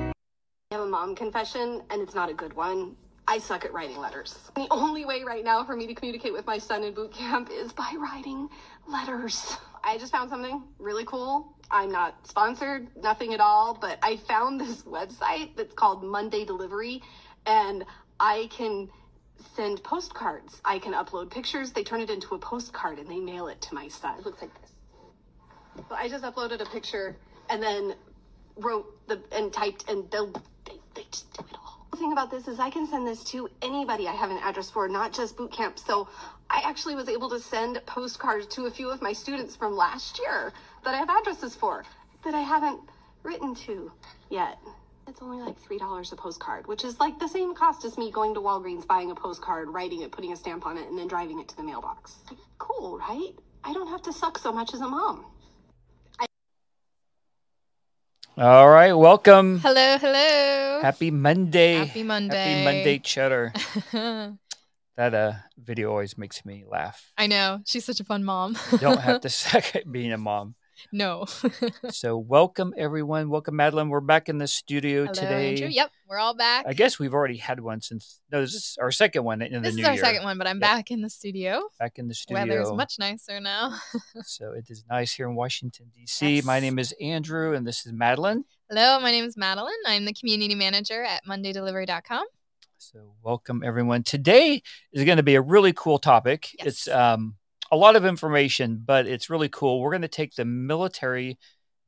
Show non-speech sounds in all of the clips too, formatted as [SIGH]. I have a mom confession, and it's not a good one. I suck at writing letters. The only way right now for me to communicate with my son in boot camp is by writing letters. I just found something really cool. I'm not sponsored, nothing at all, but I found [LAUGHS] this website that's called Monday Delivery, and I can send postcards. I can upload pictures. They turn it into a postcard and they mail it to my son. It looks like this. So I just uploaded a picture and then wrote the and typed and they'll they, they just do it all. The thing about this is I can send this to anybody I have an address for, not just boot camp. So I actually was able to send postcards to a few of my students from last year that I have addresses for that I haven't written to yet. It's only like three dollars a postcard, which is like the same cost as me going to Walgreens, buying a postcard, writing it, putting a stamp on it, and then driving it to the mailbox. Cool, right? I don't have to suck so much as a mom. All right, welcome. Hello, hello. Happy Monday. Happy Monday. Happy Monday cheddar. that uh video always makes me laugh. [LAUGHS] I know. She's such a fun mom. You don't have to suck at being a mom. [LAUGHS] no. So welcome everyone. Welcome Madeline. We're back in the studio Hello, today. Andrew. Yep, we're all back. I guess we've already had one since no, this is our second one in the this new is our year. second one, but I'm Yep. back in the studio. Back in the studio. Weather is much nicer now. [LAUGHS] so it is nice here in Washington D.C. My Yes. name is Andrew, and this is Madeline. Hello, my name is Madeline. I'm the community manager at MondayDelivery.com. So welcome everyone. Today is going to be a really cool topic. Yes. It's um, a lot of information, but it's really cool. We're going to take the military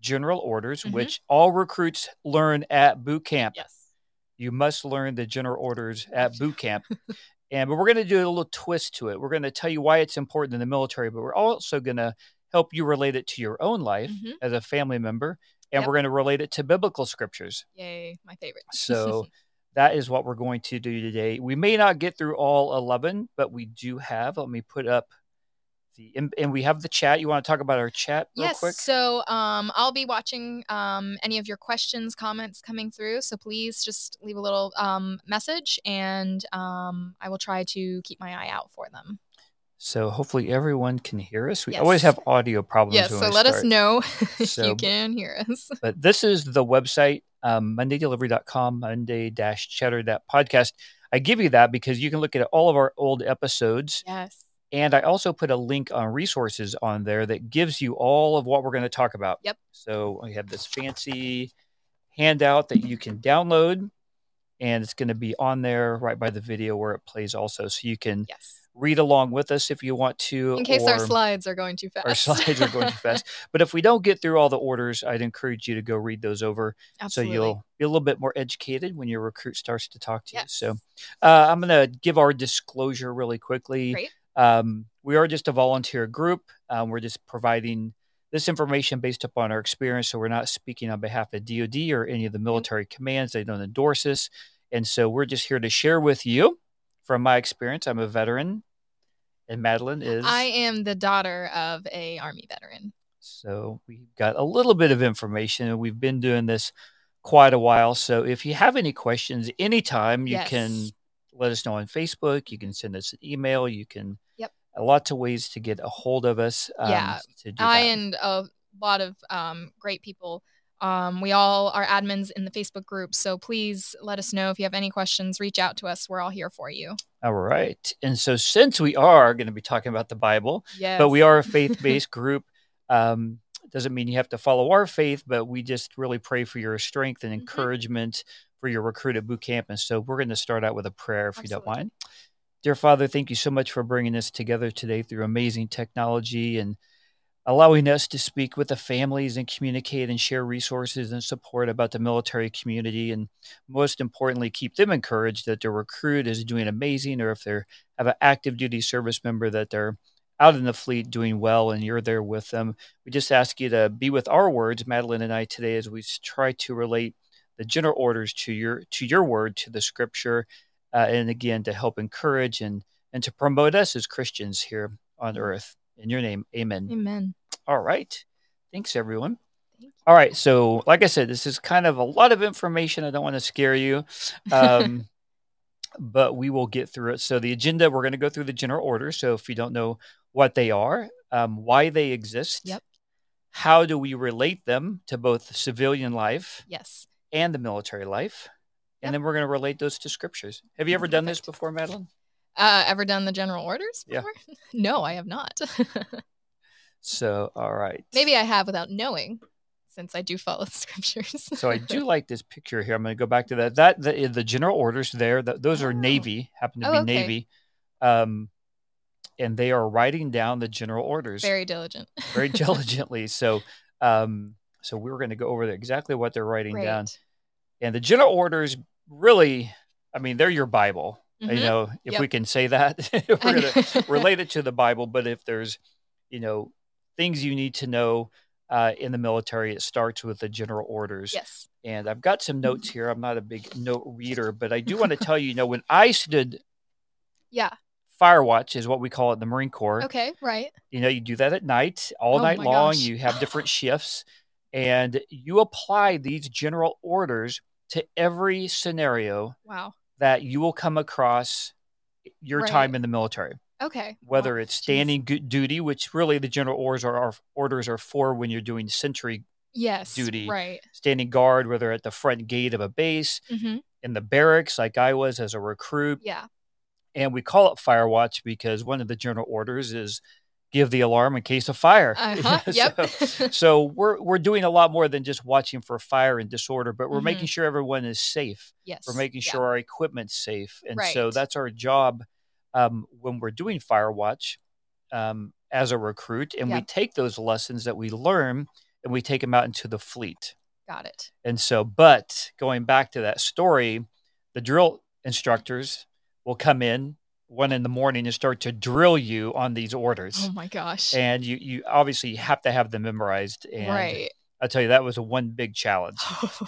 general orders, Mhm. which all recruits learn at boot camp. Yes. You must learn the general orders at [LAUGHS] boot camp. and but we're going to do a little twist to it. We're going to tell you why it's important in the military, but we're also going to help you relate it to your own life Mhm. as a family member, and Yep. we're going to relate it to biblical scriptures. Yay, my favorite. [LAUGHS] So that is what we're going to do today. We may not get through all 11, but we do have. Let me put up the and, and we have the chat. You want to talk about our chat real Yes. quick? So um, I'll be watching um, any of your questions, comments coming through. So please just leave a little um, message and um, I will try to keep my eye out for them. So hopefully everyone can hear us. We Yes. always have audio problems. Yes. when So we let us start. know [LAUGHS] if So- you can hear us. But this is the website, um, mondaydelivery.com, monday dash cheddar that podcast. I give you that because you can look at all of our old episodes. Yes. And I also put a link on resources on there that gives you all of what we're going to talk about. Yep. So I have this fancy handout that you can download, and it's going to be on there right by the video where it plays also. So you can Yes. read along with us if you want to. In case our or- slides are going too fast. Our slides are [LAUGHS] going too fast. But if we don't get through all the orders, I'd encourage you to go read those over Absolutely. so you'll be a little bit more educated when your recruit starts to talk to Yes. you. So uh, I'm going to give our disclosure really quickly. Great. Um, we are just a volunteer group. Um, we're just providing this information based upon our experience. So we're not speaking on behalf of DoD or any of the military commands. They don't endorse us, and so we're just here to share with you from my experience. I'm a veteran, and Madeline is. I am the daughter of a army veteran. So we've got a little bit of information and we've been doing this quite a while. So if you have any questions anytime, you Yes. can let us know on Facebook. You can send us an email. You can, Yep. lots of ways to get a hold of us. um, Yeah. To do I that. and a lot of um, great people. Um, we all are admins in the Facebook group, so please let us know if you have any questions. Reach out to us; we're all here for you. All right. And so since we are going to be talking about the Bible, Yes, but we [LAUGHS] are a faith based group, um, doesn't mean you have to follow our faith, but we just really pray for your strength and Mhm. encouragement for your recruit at boot camp. And so we're going to start out with a prayer if you don't Absolutely. mind. Dear Father, thank you so much for bringing us together today through amazing technology and allowing us to speak with the families and communicate and share resources and support about the military community. And most importantly, keep them encouraged that their recruit is doing amazing or if they have an active duty service member that they're out in the fleet doing well and you're there with them. We just ask you to be with our words, Madeline and I today, as we s- try to relate the general orders to your to your word, to the scripture, uh, and again to help encourage and and to promote us as Christians here on earth. In your name, amen. Amen. All right. Thanks, everyone. Thank you. All right. So, like I said, this is kind of a lot of information. I don't want to scare you, [LAUGHS] um, but we will get through it. So, the agenda we're going to go through the general order. So, if you don't know what they are, um, why they exist, Yep. how do we relate them to both civilian life Yes. and the military life? and Yep. then we're going to relate those to scriptures. Have you ever done this Perfect. before, Madeline? Uh, ever done the general orders? Yeah. before? [LAUGHS] no, I have not. [LAUGHS] So, all right. Maybe I have without knowing, since I do follow the [LAUGHS] scriptures. So I [LAUGHS] do like this picture here. I'm going to go back to that. That the, the general orders there. That those are Oh. navy. Happen to Oh, be okay. navy, um, and they are writing down the general orders Very diligent. [LAUGHS] very diligently. So, um, so we were going to go over exactly what they're writing Great. down. And the general orders really, I mean, they're your Bible. You Mhm. know, if we Yep. can say that, [LAUGHS] we're Mm-hmm. going [LAUGHS] to relate it to the Bible. But if there's, you know, things you need to know uh, in the military, it starts with the general orders. Yes. And I've got some notes Mm-hmm. here. I'm not a big note reader, but I do want to tell you, you know, when I did Yeah. Firewatch, is what we call it in the Marine Corps. Okay. Right. You know, you do that at night, all Oh night my long. gosh. You have different shifts, and you apply these general orders to every scenario Wow. that you will come across your Right. time in the military Okay. whether Wow. it's Jeez. standing gu- duty, which really the general orders are, are orders are for when you're doing sentry Yes. duty. Right. standing guard, whether at the front gate of a base, hmm in the barracks, like I was as a recruit. Yeah. And we call it fire watch because one of the general orders is give the alarm in case of fire. [LAUGHS] Uh-huh. Yep. so, so we're we're doing a lot more than just watching for fire and disorder, but we're Mhm. making sure everyone is safe. [LAUGHS] yes. We're making Yeah. sure our equipment's safe. And so Right. that's our job um, when we're doing Firewatch um, as a recruit. And we Yep. take those lessons that we learn and we take them out into the fleet. Got it. And so, but going back to that story, the drill instructors will come in one in the morning and start to drill you on these orders. Oh my gosh. And you, you obviously have to have them memorized. And right. [LAUGHS] I'll tell you, that was a one big [SIGHS] challenge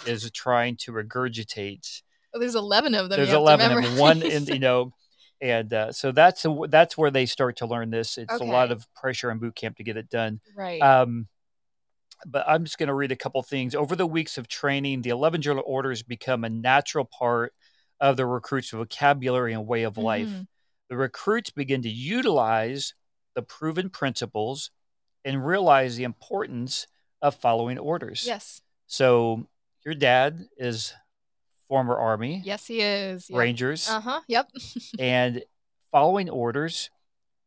is trying to regurgitate There's 11 of them. there's you have to 11 of them one [LAUGHS] memorize. in you know and uh, so that's the that's where they start to learn this it's a lot Okay. of pressure on boot camp to get it done right. um, but i'm just going to read a couple things over the weeks of training the 11 journal orders become a natural part of the recruits vocabulary and way of life Mhm. the recruits begin to utilize the proven principles and realize the importance of following orders Yes. so your dad is former army Yes, he is. rangers Uh huh. Yep. and following orders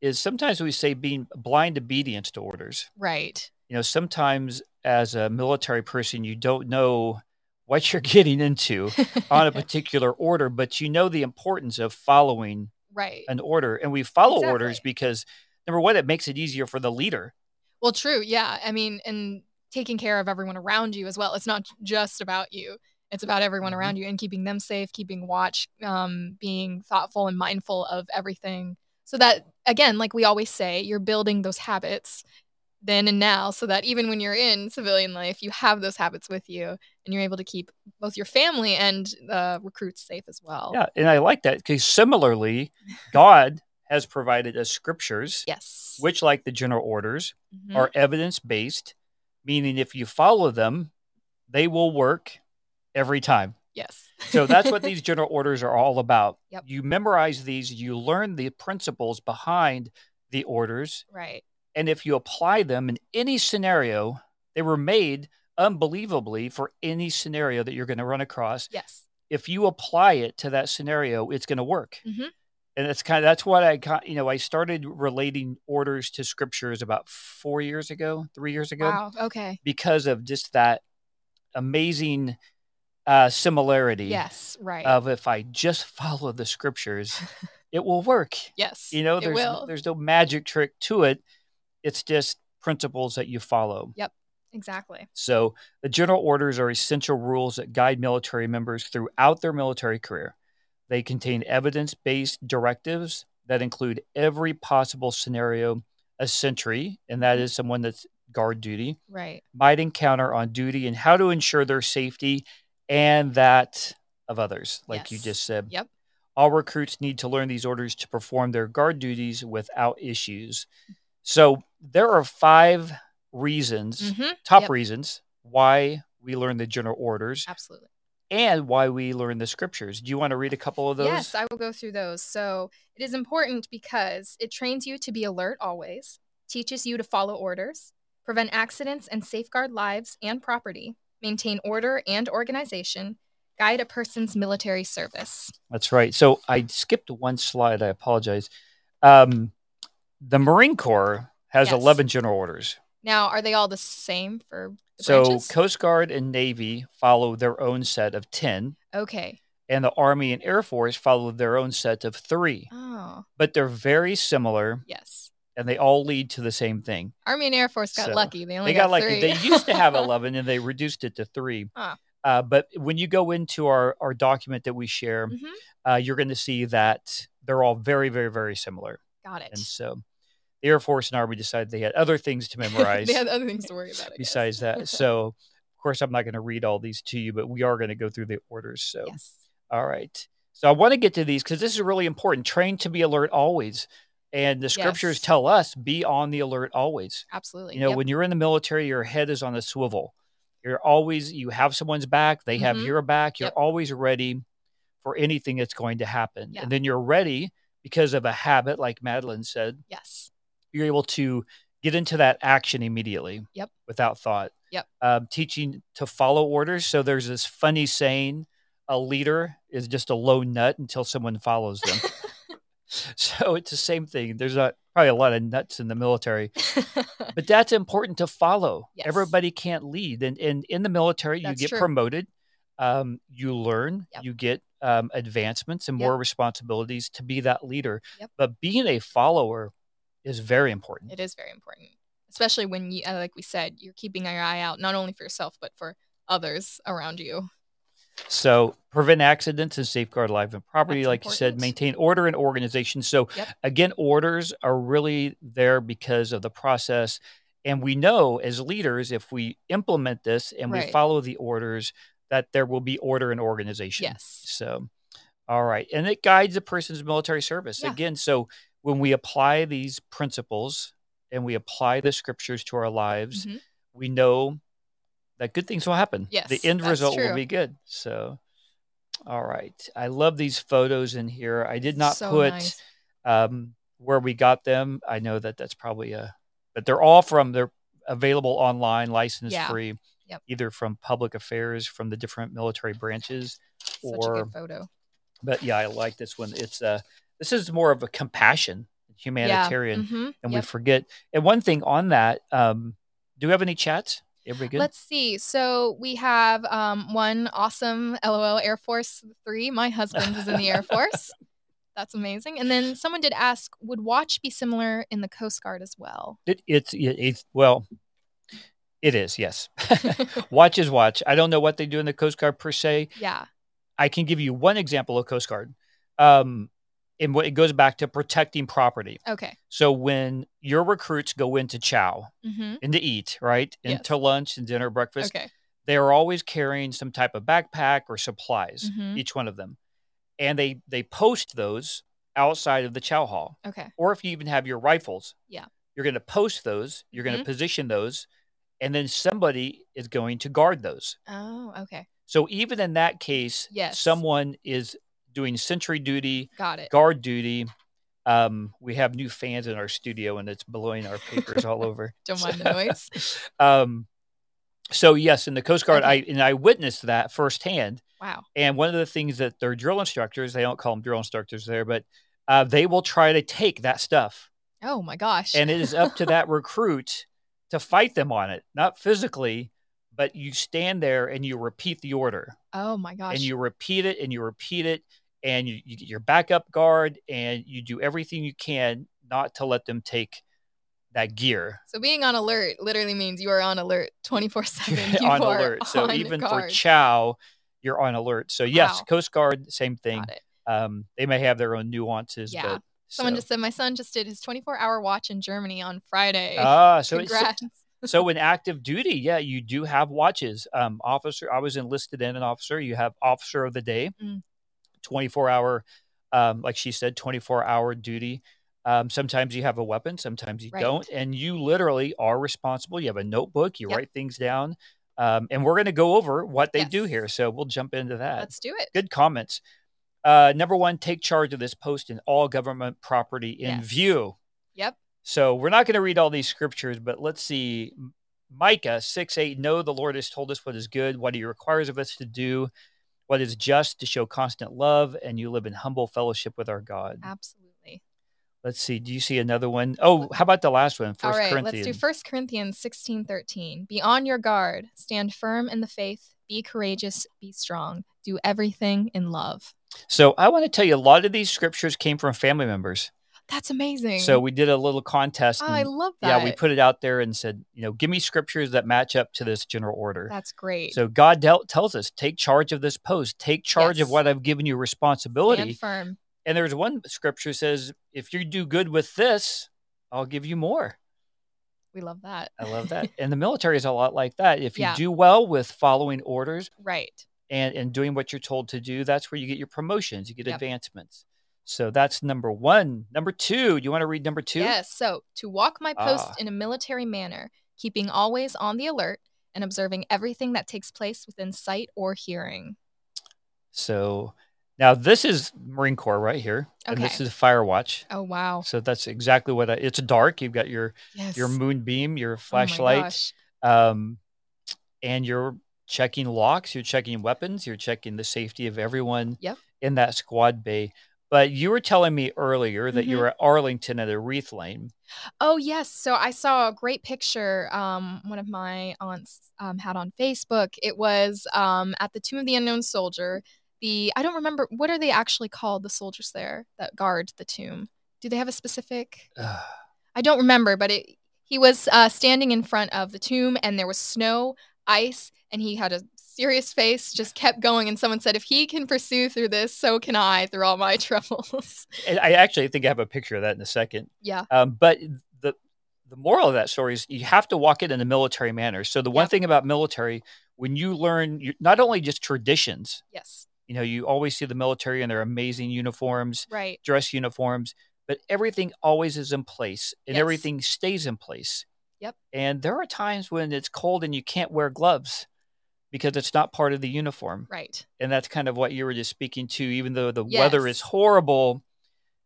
is sometimes we say being blind obedience to orders. Right. You know, sometimes as a military person, you don't know what you're [LAUGHS] getting into [LAUGHS] on a particular order, but you know the importance of following right. an order. And we follow orders Exactly. because number one, it makes it easier for the leader. Well, true. Yeah. I mean, and taking care of everyone around you as well. It's not just about you. It's about everyone Mhm. around you and keeping them safe, keeping watch, um, being thoughtful and mindful of everything. So that again, like we always say, you're building those habits then and now so that even when you're in civilian life, you have those habits with you and you're able to keep both your family and the recruits safe as well. Yeah. And I like that because similarly, God has provided us scriptures, Yes. which, like the general orders, Mhm. are evidence based, meaning if you follow them, they will work every time. yes. [LAUGHS] So that's what these general orders are all about. Yep. You memorize these, you learn the principles behind the orders, right. and if you apply them in any scenario, they were made unbelievably for any scenario that you're going to run across. Yes. If you apply it to that scenario, it's going to work. Mhm. And that's kind of that's what I got. You know, I started relating orders to scriptures about four years ago, three years ago Wow. Okay. because of just that amazing uh, similarity Yes. Right. of if I just follow the [LAUGHS] scriptures, it will work. yes. You know, it there's will. there's no magic trick to it. It's just principles that you follow. Exactly. So the general orders are essential rules that guide military members throughout their military career. They contain evidence-based directives that include every possible scenario a sentry, and that is someone that's guard duty, Right. might encounter on duty and how to ensure their safety and that of others, like you Yes. just said. Yep. All recruits need to learn these orders to perform their guard duties without issues. So there are five reasons, hmm top Yep. reasons, why we learn the general orders Absolutely. and why we learn the scriptures. Do you want to read a couple of those? Yes, I will go through those. So it is important because it trains you to be alert always, teaches you to follow orders, prevent accidents and safeguard lives and property, maintain order and organization, guide a person's military service. That's right. So I skipped one slide. I apologize. Um, the Marine Corps has Yes. 11 general orders. Now, are they all the same for the So branches? Coast Guard and Navy follow their own set of 10, okay. and the Army and Air Force follow their own set of three. Oh, But they're very similar, yes. and they all lead to the same thing. Army and Air Force got So, lucky. They only They got like three. they used to [LAUGHS] have 11, and they reduced it to three. Huh. Uh, but when you go into our, our document that we share, Mhm. uh, you're going to see that they're all very, very, very similar. Got it. And so the Air Force and Army decided they had other things to memorize [LAUGHS] they had other things to worry about. I guess. besides that. So, of course, I'm not going to read all these to you, but we are going to go through the orders. So, yes. all right. So, I want to get to these because this is really important. Train to be alert always. And the scriptures Yes. tell us be on the alert always. Absolutely. You know, Yep. when you're in the military, your head is on a swivel. You're always, you have someone's back, they have Mhm. your back. You're Yep. always ready for anything that's going to happen. Yeah. And then you're ready because of a habit, like Madeline said, yes. [LAUGHS] you're able to get into that action immediately. Yep. Without thought. Yep. Um, teaching to follow orders. So there's this funny saying: a leader is just a low nut until someone follows [LAUGHS] them. [LAUGHS] so it's the same thing. There's not probably a lot of nuts in the military, but that's important to follow. Yes. Everybody can't lead, and and in the military, you That's get true. promoted. Um, you learn, Yep. you get um, advancements and Yep. more responsibilities to be that leader. Yep. But being a follower is very important. it is very important, especially when you, uh, like we said, you're keeping your eye out not only for yourself but for others around you. So prevent accidents and safeguard life and property. That's like you said, important. maintain order and organization. So Yep. again, orders are really there because of the process. And we know as leaders, if we implement this and we Right. follow the orders, that there will be order and organization. Yes. So, all right. And it guides a person's military service. Yeah. Again, so when we apply these principles and we apply the scriptures to our lives, Mhm. we know that good things will happen. the Yes, end that's result will true. be good. So, all right, I love these photos in here. I did not So put nice. um, where we got them. I know that that's probably a, but they're all from they're available online, license Yeah. free, Yep. either from public affairs from the different military branches, such a or good photo. but yeah, I like this one. It's uh, this is more of a compassion humanitarian, Yeah. mhm, and yep. we forget. And one thing on that, um, do we have any chats? Everybody good? Let's see. So we have um, one awesome LOL Air Force 3. My husband is in the [LAUGHS] Air Force. That's amazing. And then someone did ask Would watch be similar in the Coast Guard as well? It, it's it, it's well, it is yes. [LAUGHS] watch is watch. I don't know what they do in the Coast Guard per se. Yeah. I can give you one example of Coast Guard, um, and what it goes back to protecting property. Okay. So when your recruits go into chow hmm and to eat right Yes. into lunch and dinner breakfast, Okay. they are always carrying some type of backpack or supplies, Mhm. each one of them, and they they post those outside of the chow hall Okay. or if you even have your rifles, Yeah. you're going to post those, you're going to Mhm. position those, and then somebody is going to guard those. Oh, okay. So even in that case, Yes. someone is doing sentry duty, Got it. guard duty. Um, we have new fans in our studio, and it's blowing our papers all over. [LAUGHS] Don't mind the [LAUGHS] noise. Um, so yes, in the Coast Guard, Okay. I and I witnessed that firsthand. Wow. And one of the things that their drill instructors, they don't call them drill instructors there, but uh, they will try to take that stuff Oh my gosh. and it is up to [LAUGHS] that recruit to fight them on it not physically but you stand there and you repeat the order oh my gosh. and you repeat it and you repeat it and you, you get your backup guard and you do everything you can not to let them take that gear so being on alert literally means you are on alert [LAUGHS] 24 [LAUGHS] 7. on alert so even for chow you're on alert so yes Wow. coast guard same thing Got it. um, they may have their own nuances Yeah. but Someone so- just said, My son just did his 24 hour watch in Germany on Friday. ah [LAUGHS] so it's Congrats. so in active duty, yeah, you do have watches. Um, officer, I was enlisted in an officer. You have officer of the day, Mm. twenty four hour, um, like she said, twenty four hour duty. Um, sometimes you have a weapon, sometimes you Right. don't, and you literally are responsible. You have a notebook, you Yep. write things down, um, and we're going to go over what they do Yes. here. So we'll jump into that. Let's do it. Good comments. Uh, number one, take charge of this post and all government property in Yes. view. Yep. So we're not going to read all these scriptures, but let's see. M- Micah 6 8, no, the Lord has told us what is good, what he requires of us to do. what is just to show constant love, and you live in humble fellowship with our God. Absolutely. Let's see. Do you see another one? Oh, how about the last one? First All right, Corinthians. let's do 1 Corinthians 16 13. Be on your guard, stand firm in the faith, be courageous, be strong, do everything in love. So I want to tell you, a lot of these scriptures came from family members. That's amazing. So we did a little contest. Oh, I and- love that. yeah, we put it out there and said, you know, give me scriptures that match up to this general order. That's great. So God del- tells us, take charge of this post, take charge of Yes. what I've given you responsibility. stand firm. And there's one scripture says, if you do good with this, I'll give you more. We love that. I love that. and the military is a lot like that. If you Yeah. do well with following orders [LAUGHS] right. and, and doing what you're told to do, that's where you get your promotions, you get Yep. advancements. So that's number one. Number two, you want to read number two? Yes. So to walk my post Ah. in a military manner, keeping always on the alert and observing everything that takes place within sight or hearing. So now this is Marine Corps right here, and this Okay. is Fire Watch. Oh wow. So that's exactly what I, it's dark. You've got your Yes. your moon beam, your Oh my flashlight, gosh. um, and you're checking locks, you're checking weapons, you're checking the safety of everyone Yep. in that squad bay. But you were telling me earlier that you Mhm. were at Arlington at a wreath lane. Oh yes, so I saw a great picture. Um, one of my aunts um, had on Facebook. It was um, at the Tomb of the Unknown Soldier. The I don't remember what are they actually called. The soldiers there that guard the tomb. Do they have a specific? Ugh. I don't remember, but it, he was uh, standing in front of the tomb, and there was snow, ice, and he had a serious face. Just kept going, and someone said, "If he can pursue through this, so can I through all my [LAUGHS] troubles." And I actually think I have a picture of that in a second. yeah, Um, but the the moral of that story is you have to walk it in a military manner. So the one Yep. thing about military, when you learn you, not only just traditions, yes, you know, you always see the military and their amazing uniforms, right, dress uniforms, but everything always is in place and Yes. everything stays in place. Yep. And there are times when it's cold and you can't wear gloves because it's not part of the uniform. right, And that's kind of what you were just speaking to. Even though the weather is Yes. horrible,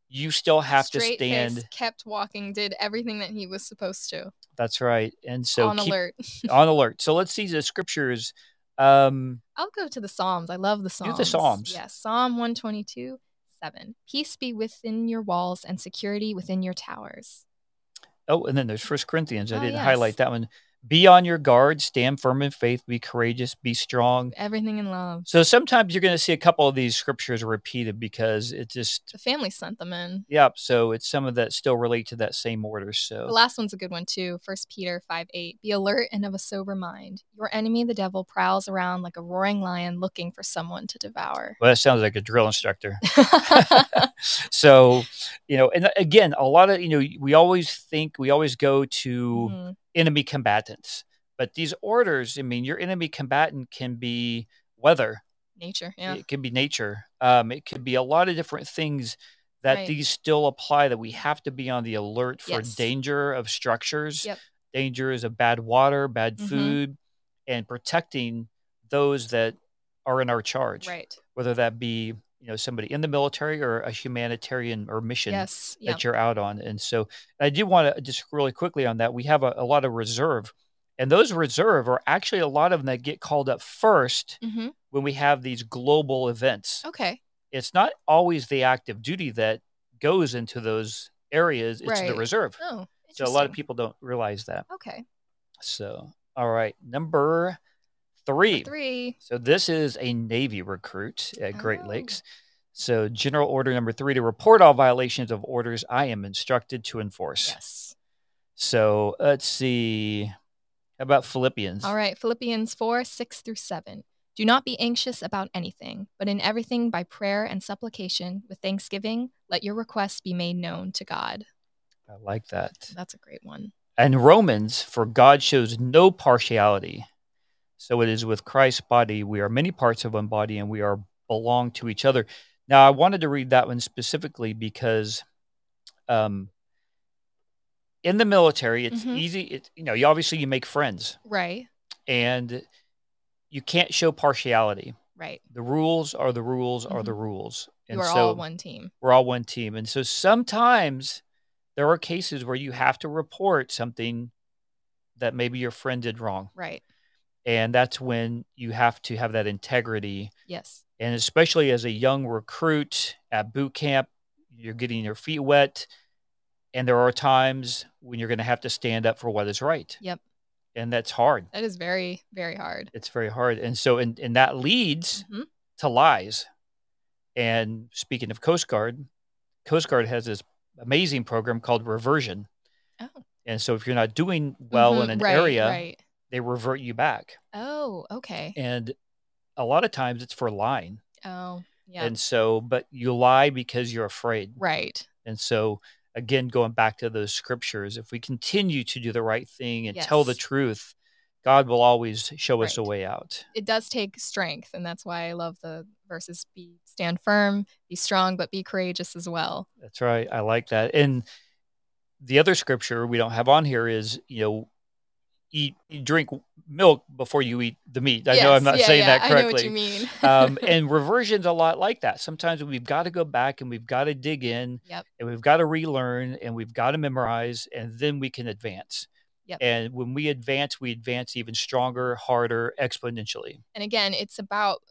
you still have to Straight stand. Face, kept walking, did everything that he was supposed to. That's right. And so on keep alert. on alert. So let's see the scriptures. Um, I'll go to the Psalms. I love the Psalms. the Psalms. Yes, Psalm 122, 7. Peace be within your walls and security within your towers. oh, and then there's First Corinthians. I Oh, didn't yes. highlight that one. Be on your guard, stand firm in faith, be courageous, be strong. Everything in love. So sometimes you're going to see a couple of these scriptures repeated because it just, The family sent them in. yep. So it's some of that still relate to that same order. So The last one's a good one too. First Peter 5 8. Be alert and of a sober mind. Your enemy, the devil, prowls around like a roaring lion looking for someone [LAUGHS] to devour. [LAUGHS] well, that sounds like a drill instructor. so, you know, and uh, again, a lot of, you know, we always think, we always go to, Mhm. enemy combatants. But these orders, I mean, your enemy combatant can be weather, Nature. Yeah. it can be nature, um, it could be a lot of different things that Right. these still apply that we have to be on the alert for Yes. danger of structures, Yep. dangers of bad water, bad Mhm. food, and protecting those that are in our charge, Right. whether that be you know somebody in the military or a humanitarian or mission Yes. Yeah. that you're out on. And so I do want to just really quickly on that. We have a, a lot of reserve, and those reserve are actually a lot of them that get called up first hmm when we have these global events. Okay. It's not always the active duty that goes into those areas, it's the Right. reserve. Oh. So a lot of interesting. people don't realize that. Okay. So, all right, number three. Three. So this is a Navy recruit at Great Oh. Lakes. So general order number three to report all violations of orders I am instructed to enforce. Yes. So let's see. How about Philippians? All right, Philippians 4 6 through 7. Do not be anxious about anything, but in everything by prayer and supplication, with thanksgiving, let your requests be made known to God. I like that. That's a great one. And Romans, for God shows no partiality. So it is with Christ's body, we are many parts of one body and we are belong to each other. Now, I wanted to read that one specifically because um, in the military, it's Mhm. easy. It, you know, you obviously you make friends Right, and you can't show partiality. right. The rules are the rules are Mhm. the rules. you are all one team. we're all one team. And so sometimes there are cases where you have to report something that maybe your friend did wrong. Right. And that's when you have to have that integrity. Yes. And especially as a young recruit at boot camp, you're getting your feet wet. And there are times when you're going to have to stand up for what is right. Yep. And that's hard. That is very, very hard. It's very hard. And so, and, and that leads Mhm. to lies. And speaking of Coast Guard, Coast Guard has this amazing program called reversion. Oh. And so if you're not doing well in Mhm, an right, area, Right. they revert you back. Oh, okay. And a lot of times it's for lying. Oh, yeah. And so, but you lie because you're afraid. right. And so, again, going back to those scriptures, if we continue to do the right thing and tell the Yes. truth, God will always show us a Right. way out. It does take strength, and that's why I love the verses be stand firm, be strong, but be courageous as well. That's right. I like that. And the other scripture we don't have on here is, you know, eat, drink milk before you eat the meat. I know I'm Yes, not yeah, saying yeah, that correctly. I know what you mean. [LAUGHS] um, and reversion's a lot like that. Sometimes we've got to go back and we've got to dig in Yep. and we've got to relearn and we've got to memorize and then we can advance. Yep. And when we advance, we advance even stronger, harder, exponentially. and again, it's about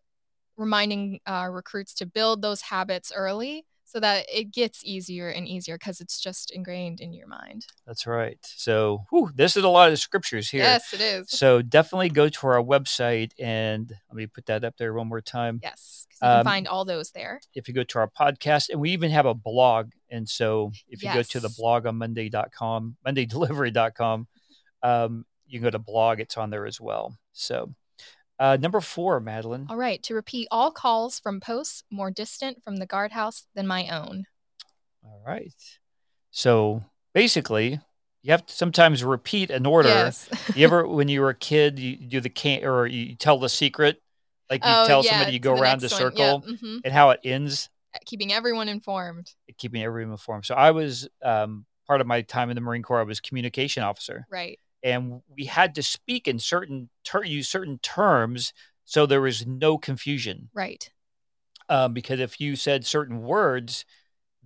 reminding uh, recruits to build those habits early so that it gets easier and easier because it's just ingrained in your mind. That's right. So whew, this is a lot of scriptures here. Yes, it is. So definitely go to our website and let me put that up there one more time. Yes, 'cause you can Um, find all those there. If you go to our podcast, and we even have a blog. And so if you go to the Yes. blog on Monday.com, MondayDelivery.com, um, you can go to blog, it's on there as well. So uh, number four, Madeline. All right, to repeat all calls from posts more distant from the guardhouse than my own. All right. So basically, you have to sometimes repeat an order. Yes. [LAUGHS] You ever, when you were a kid, you do the can or you tell the secret, like Oh, you tell somebody you go around the circle hmm and how it ends. Keeping everyone informed. keeping everyone informed. So I was um, part of my time in the Marine Corps. I was communication officer, Right. and we had to speak in certain ter- use certain terms so there was no confusion. Right. Um, because if you said certain words,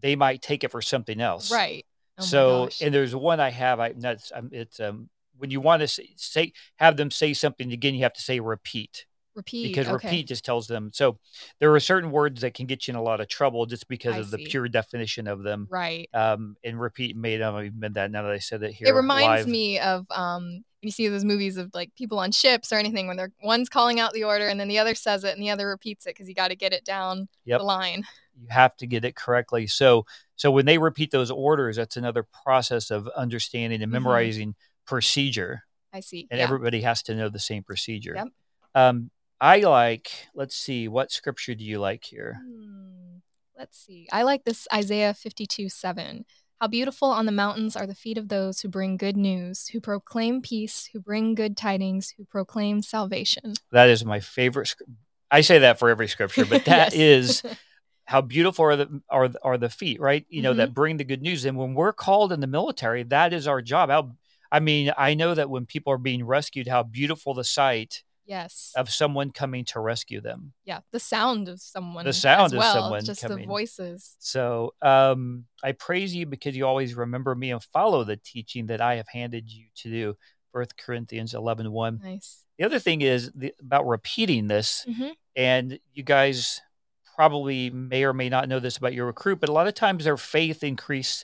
they might take it for something else. Right. Oh my so gosh. and there's one I have. I that's um, it's um when you want to say, say have them say something again, you have to say repeat repeat because okay. repeat just tells them. So there are certain words that can get you in a lot of trouble just because I of the see. pure definition of them Right. um, and repeat made up. I meant that now that I said it here. It reminds live. me of um you see those movies of like people on ships or anything when they're one's calling out the order and then the other says it and the other repeats it because you got to get it down Yep. the line. you have to get it correctly. So, so when they repeat those orders, that's another process of understanding and Mhm. memorizing procedure, I see. and yeah. everybody has to know the same procedure. Yep. Um, I like. Let's see, what scripture do you like here? Hmm, Let's see. I like this Isaiah 52 7. How beautiful on the mountains are the feet of those who bring good news, who proclaim peace, who bring good tidings, who proclaim salvation. That is my favorite. scr- I say that for every scripture, but that is. how beautiful are the are the- are the feet, right? You know that bring the good news. And when we're called in the military, that is our job. How, I mean, I know that when people are being rescued, how beautiful the sight yes. of someone coming to rescue them. yeah. The sound of someone. as sound of well, someone Just coming. the voices. So um, I praise you because you always remember me and follow the teaching that I have handed you to do. First Corinthians 11, Nice. The other thing is the, about repeating this hmm and you guys probably may or may not know this about your recruit, but a lot of times their faith increase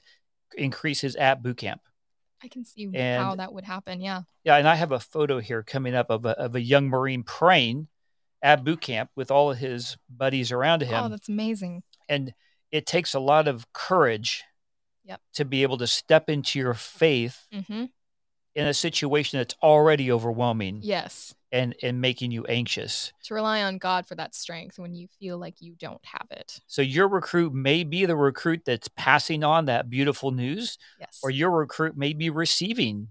increases at boot camp. I can see And- how that would happen. Yeah. Yeah, and I have a photo here coming up of a, of a young Marine praying at boot camp with all of his buddies around Oh, him, that's amazing. and it takes a lot of courage Yep. to be able to step into your faith hmm in a situation that's already overwhelming Yes. and and making you anxious. To rely on God for that strength when you feel like you don't have it. So your recruit may be the recruit that's passing on that beautiful news, Yes. or your recruit may be receiving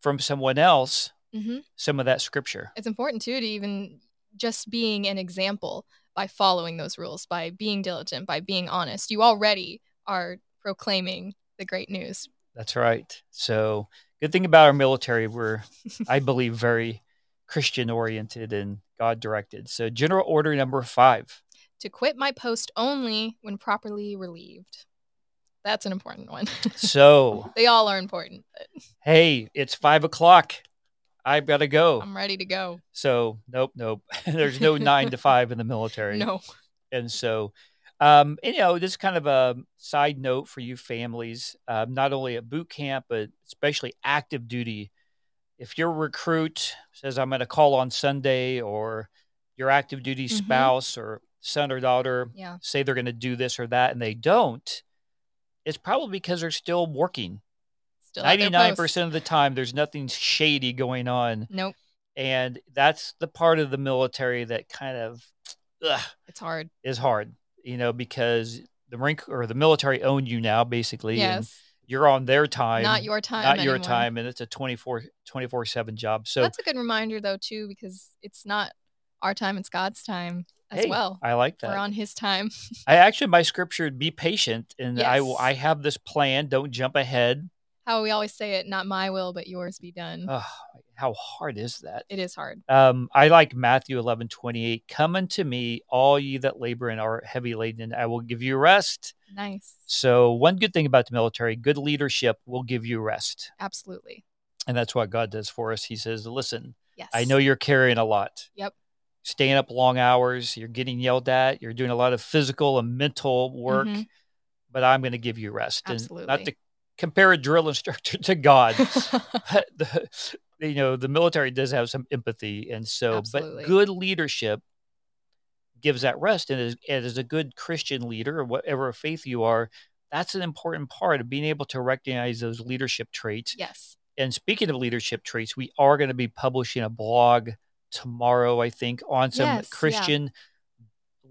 from someone else hmm some of that scripture. it's important too to even just being an example by following those rules by being diligent by being honest you already are proclaiming the great news That's right. So, good thing about our military, [LAUGHS] we're, I believe, very Christian oriented and God directed. So, general order number five. to quit my post only when properly relieved that's [LAUGHS] an important one So, [LAUGHS] they all are important but hey, it's five o'clock. I've got to go. I'm ready to go. So, nope, nope. [LAUGHS] There's no nine to five in the military. [LAUGHS] No. And so, um, and, you know, this is kind of a side note for you families, uh, not only at boot camp, but especially active duty. If your recruit says, I'm going to call on Sunday, or your active duty Mhm. spouse or son or daughter Yeah. say they're going to do this or that, and they don't, it's probably because they're still working. Still at their Ninety-nine post. percent of the time, there's nothing shady going on, Nope. and that's the part of the military that kind of ugh, It's hard. is hard, you know, because the Marine Corps- or the military own you now, basically. and Yes. you're on their time, Not your time. not your anymore. time, and it's a 24 seven job. So That's a good reminder though too, because it's not our time, it's God's time as hey, well. I like We're that. on his time. I actually, my scripture would be patient, and I will. Yes. I have this plan. Don't jump ahead. How we always say it, not my will, but yours be done. Oh, how hard is that? it is hard. Um, I like Matthew eleven twenty eight. Come unto me, all ye that labor and are heavy laden, and I will give you rest. Nice. So, one good thing about the military, good leadership will give you rest. Absolutely. And that's what God does for us. He says, Listen, Yes. I [LAUGHS] know you're carrying a lot. Yep. Staying up long hours, you're getting yelled at, you're doing a lot of physical and mental work, Mhm. but I'm going to give you rest. And not Absolutely. to compare a drill instructor [LAUGHS] to [LAUGHS] God, but the, you know the military does have some empathy and so Absolutely. but good leadership gives that rest and as, and as a good christian leader or whatever faith you are that's an important part of being able to recognize those leadership traits yes. and speaking of leadership traits we are going to be publishing a blog tomorrow i think on some Yes, yeah. christian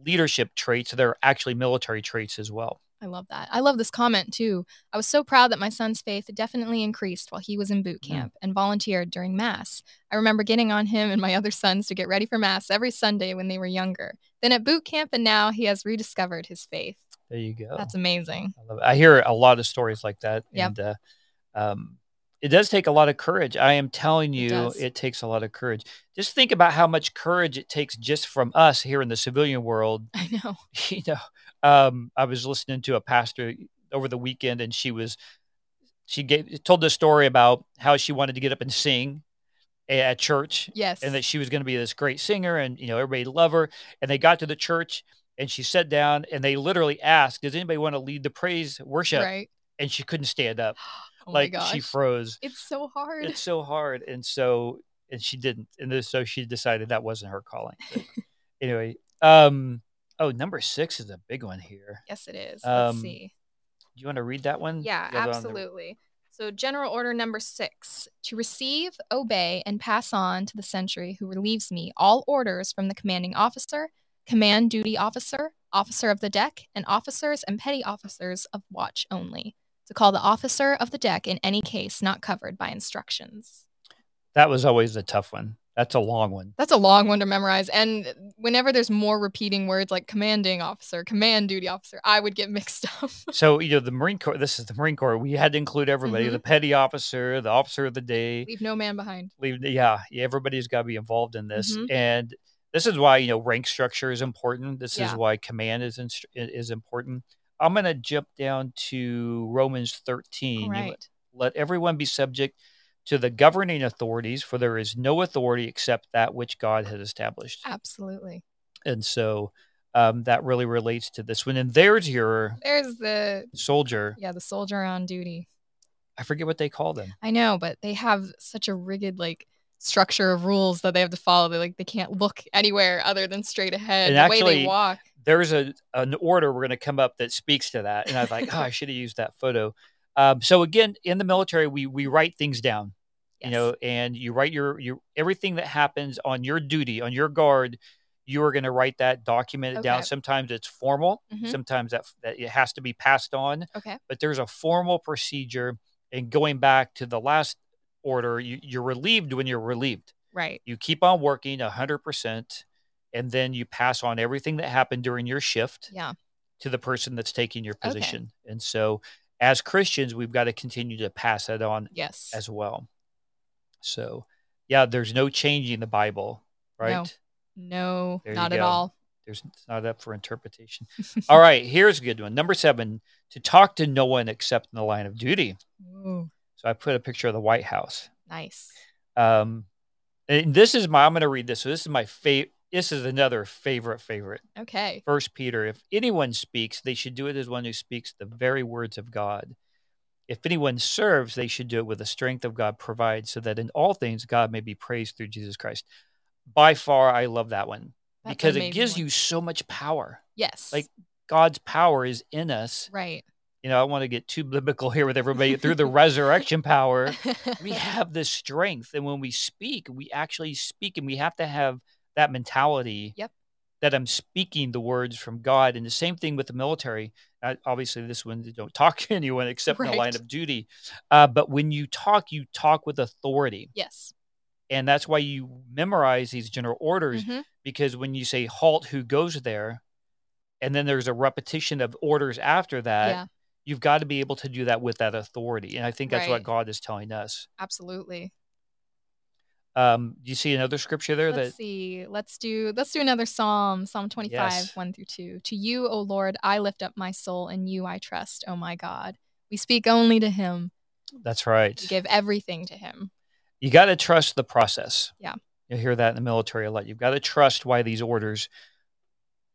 leadership traits that are actually military traits as well I love that. I love this comment too. I was so proud that my son's faith definitely increased while he was in boot Mm. camp and volunteered during Mass. I remember getting on him and my other sons to get ready for Mass every Sunday when they were younger. Then at boot camp, and now he has rediscovered his faith. there you go That's amazing. [LAUGHS] I love it. I hear a lot of stories like that, Yep. and uh, um, it does take a lot of courage. I am telling you, does. it, takes a lot of courage. Just think about how much courage it takes just from us here in the civilian world. I know. [LAUGHS] You know, um, I was listening to a pastor over the weekend, and she was she gave told the story about how she wanted to get up and sing a- at church, Yes. and that she was going to be this great singer and you know everybody loved her and they got to the church and she sat down and they literally asked does anybody want to lead the praise worship Right. and she couldn't stand up Oh like my gosh. she froze it's so hard. it's so hard and so and she didn't and then- so she decided that wasn't her calling [LAUGHS] But anyway um oh number six is a big one here yes, it is. Let's Um, see. do you want to read that one Yeah, You have it on the- absolutely. So, general order number six to receive, obey, and pass on to the sentry who relieves me all orders from the commanding officer, command duty officer, officer of the deck, and officers and petty officers of watch only. To call the officer of the deck in any case not covered by instructions. that was always a tough one that's a long one That's a long one to memorize. And whenever there's more repeating words like commanding officer, command duty officer, I would get mixed up. [LAUGHS] so you know the marine corps this is the marine corps we had to include everybody Mhm. the petty officer the officer of the day Leave no man behind. leave yeah yeah, everybody's got to be involved in this Mhm. and this is why you know rank structure is important this is Yeah. why command is instr is important i'm going to jump down to romans 13 All You right. let everyone be subject to the governing authorities for there is no authority except that which god has established Absolutely. and so um, that really relates to this one and there's your There's the soldier Yeah, the soldier on duty. i forget what they call them I know, but they have such a rigid like structure of rules that they have to follow. They like they can't look anywhere other than straight ahead. And the way actually- they walk. there's a an order we're going to come up that speaks to that and i was like oh i [LAUGHS] should have used that photo um, so again in the military we we write things down Yes. you know and you write your your everything that happens on your duty on your guard you are going to write that document it down Okay. sometimes it's formal Mhm. sometimes that that it has to be passed on okay. but there's a formal procedure and going back to the last order you, you're relieved when you're relieved Right. you keep on working 100% and then you pass on everything that happened during your shift Yeah. to the person that's taking your Okay. position and so as christians we've got to continue to pass that on Yes. as well so yeah there's no changing the bible No. right no, There you not at go. all. there's it's not up for interpretation [LAUGHS] all right here's a good one number seven to talk to no one except in the line of duty Ooh, so i put a picture of the white house nice. um, And this is my. I'm going to read this. So this is my favorite. This is another favorite favorite. Okay. First Peter. If anyone speaks, they should do it as one who speaks the very words of God. If anyone serves, they should do it with the strength of God provides, so that in all things God may be praised through Jesus Christ. By far, I love that one That's because an it gives amazing one. you so much power. Yes. like- God's power is in us. right. You know, I want to get too biblical here with everybody through [LAUGHS] the resurrection power. er, We have this strength. And when we speak, we actually speak, and we have to have that mentality Yep. that I'm speaking the words from God. And the same thing with the military. Uh, obviously, this one, they don't [LAUGHS] talk to anyone except in the line Right. of duty. Uh, but when you talk, you talk with authority. yes. And that's why you memorize these general orders Mhm. because when you say halt who goes there and then there's a repetition of orders after that yeah. you've got to be able to do that with that authority and i think that's what Right. god is telling us Absolutely. um do you see another scripture there Let's that see. Let's do. Let's do another psalm. Psalm twenty-five, Yes. one through two. To you, O Lord, I lift up my soul, and you I trust. O my God, we speak only to Him. that's right We give everything to Him. you got to trust the process Yeah. you hear that in the military a lot you've got to trust why these orders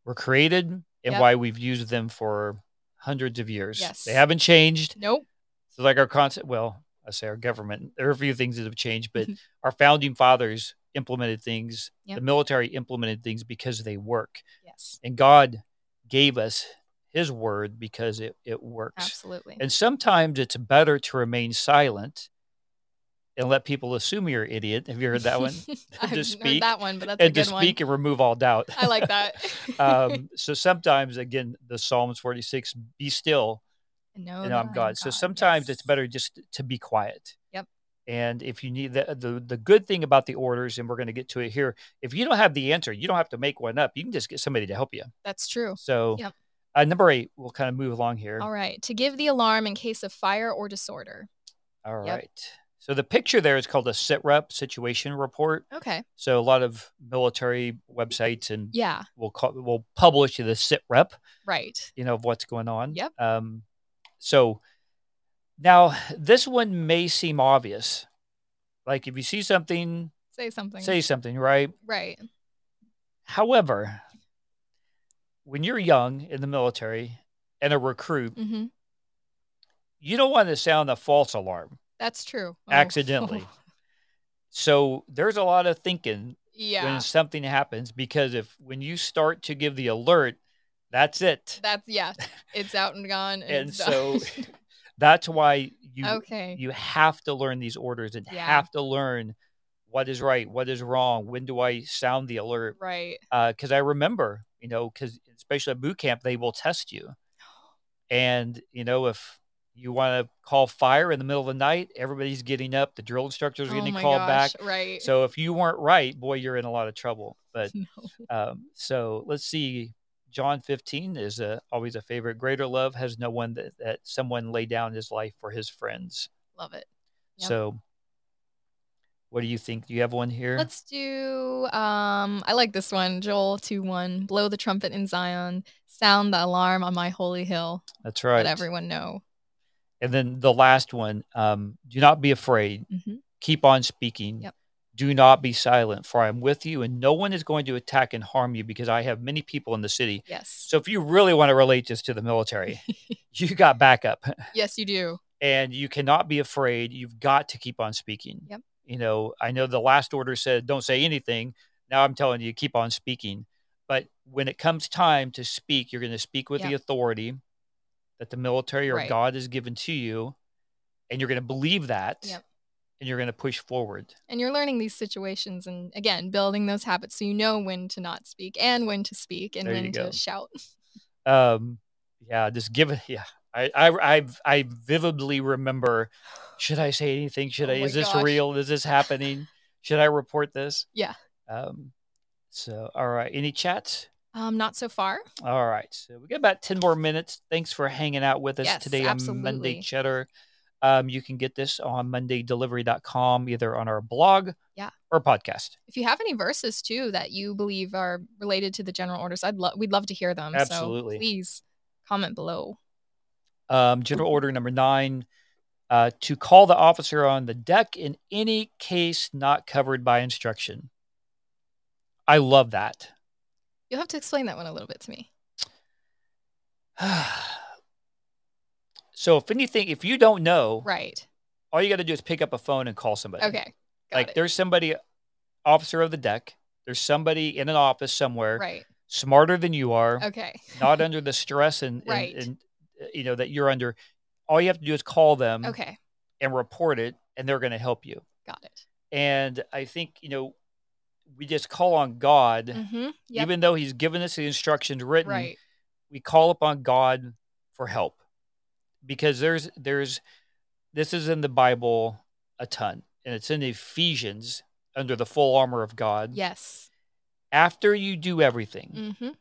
were created and Yep. why we've used them for hundreds of years Yes. they haven't changed Nope. So like our concept, well, I say our government, there are a few things that have changed, [LAUGHS] but our founding fathers implemented things, Yeah. the military implemented things because they work. Yes. And God gave us his word because it, it works. Absolutely. And sometimes it's better to remain silent and let people assume you're an idiot. Have you heard that one? [LAUGHS] I've To speak heard that one, but [LAUGHS] that's a and good to speak one. and remove all doubt. I like that. [LAUGHS] [LAUGHS] um, so sometimes, again, the Psalms 46, be still no, and I'm God. So sometimes it's better just to be quiet. Yep. And if you need the, the the good thing about the orders, and we're going to get to it here, if you don't have the answer, you don't have to make one up. You can just get somebody to help you. That's true. So, Yep. uh, number eight, we'll kind of move along here. All right. To give the alarm in case of fire or disorder. All right. Yep. So the picture there is called a SITREP situation report. Okay. So a lot of military websites and Yeah. will call will publish the SITREP. Right. you know, of what's going on. Yep. Um, so now this one may seem obvious. Like if you see something, Say something. say something, right? right. However, when you're young in the military and a recruit, hmm you don't want to sound a false alarm. That's true. Oh. [LAUGHS] Accidentally. So there's a lot of thinking yeah. when something happens because if when you start to give the alert, that's it. That's yeah. It's out and gone. and it's so [LAUGHS] done. [LAUGHS] that's why you okay. you have to learn these orders and Yeah. have to learn what is right, what is wrong, when do I sound the alert? Right. Because I remember, you know, because especially at boot camp, they will test you. And, you know, if you want to call fire in the middle of the night, everybody's getting up, the drill instructors are oh getting my called gosh. back. Right. [LAUGHS] So if you weren't right, boy, you're in a lot of trouble. But No. um, so let's see. John 15 is a, always a favorite. Greater love has no one that, that someone lay down his life for his friends. Love it. Yep. So, what do you think? Do you have one here? Let's do. Um, I like this one. Joel two one. Blow the trumpet in Zion. Sound the alarm on my holy hill. That's right. Let everyone know. And then the last one um, do not be afraid. hmm Keep on speaking. Yep. Do not be silent, for I am with you, and no one is going to attack and harm you because I have many people in the city. Yes. So, if you really want to relate this to the [LAUGHS] military, you got backup yes, you do. and you cannot be afraid. You've got to keep on speaking. Yep. You know, I know the last order said don't say anything. Now I'm telling you, keep on speaking. But when it comes time to speak, you're going to speak with the Yep. authority that the military or Right. God has given to you, and you're going to believe that, Yep. and you're going to push forward. And you're learning these situations and again building those habits so you know when to not speak and when to speak and There you when go. to shout. Um, yeah, just give it. Yeah, I, I, I, I vividly remember. Should I say anything? Should Oh I? my Is this gosh. real? Is this happening? should I report this? Yeah. Um, so, all right. Any chats? Um, not so far. All right. So we got about 10 more minutes. Thanks for hanging out with us Yes, today on Monday absolutely. Cheddar. Um, you can get this on mondaydelivery.com, either on our blog Yeah. or podcast. If you have any verses too that you believe are related to the general orders, I'd love we'd love to hear them. Absolutely. So please comment below. Um, general order number nine uh, to call the officer on the deck in any case not covered by instruction. I love that. [SIGHS] You'll have to explain that one a little bit to me. so, if anything, if you don't know, Right. all you got to do is pick up a phone and call somebody. Okay. Got like it. there's somebody, officer of the deck. There's somebody in an office somewhere Right. smarter than you are, Okay. not under the stress and, and- Right. and, uh, you know that you're under. All you have to do is call them [LAUGHS] Okay. and report it, and they're going to help you. Got it. And I think you know, we just call on God, Mm-hmm. Yep. even though He's given us the instructions written. right. we call upon God for help because there's there's this is in the Bible a ton and it's in Ephesians under the full armor of God. Yes. After you do everything. Mm-hmm.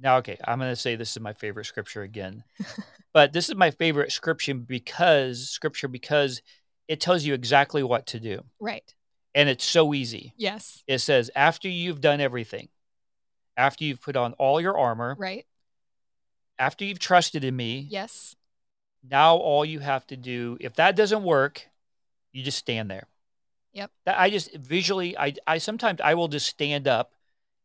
Now okay, I'm going to say this is my favorite scripture again. [LAUGHS] but this is my favorite scripture because scripture because it tells you exactly what to do Right. and it's so easy. Yes. It says after you've done everything, after you've put on all your armor, Right. after you've trusted in me, Yes. now all you have to do if that doesn't work you just stand there Yep. that i just visually i i sometimes i will just stand up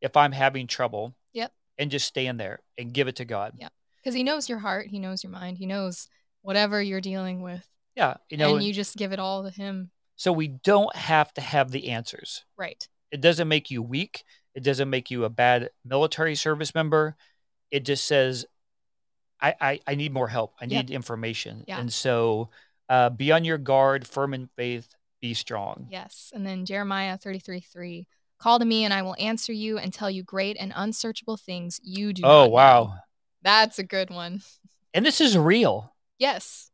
if i'm having trouble Yep. and just stand there and give it to god Yep. Because he knows your heart. He knows your mind. He knows whatever you're dealing with. yeah you know and you just give it all to him. so we don't have to have the answers Right. it doesn't make you weak it doesn't make you a bad military service member it just says i i, I need more help i Yep. need information Yeah. and so uh, be on your guard firm in faith be strong Yes. And then Jeremiah 33 3 Call to me, and I will answer you and tell you great and unsearchable things you do. oh not know." wow That's a good one. and this is real. Yes.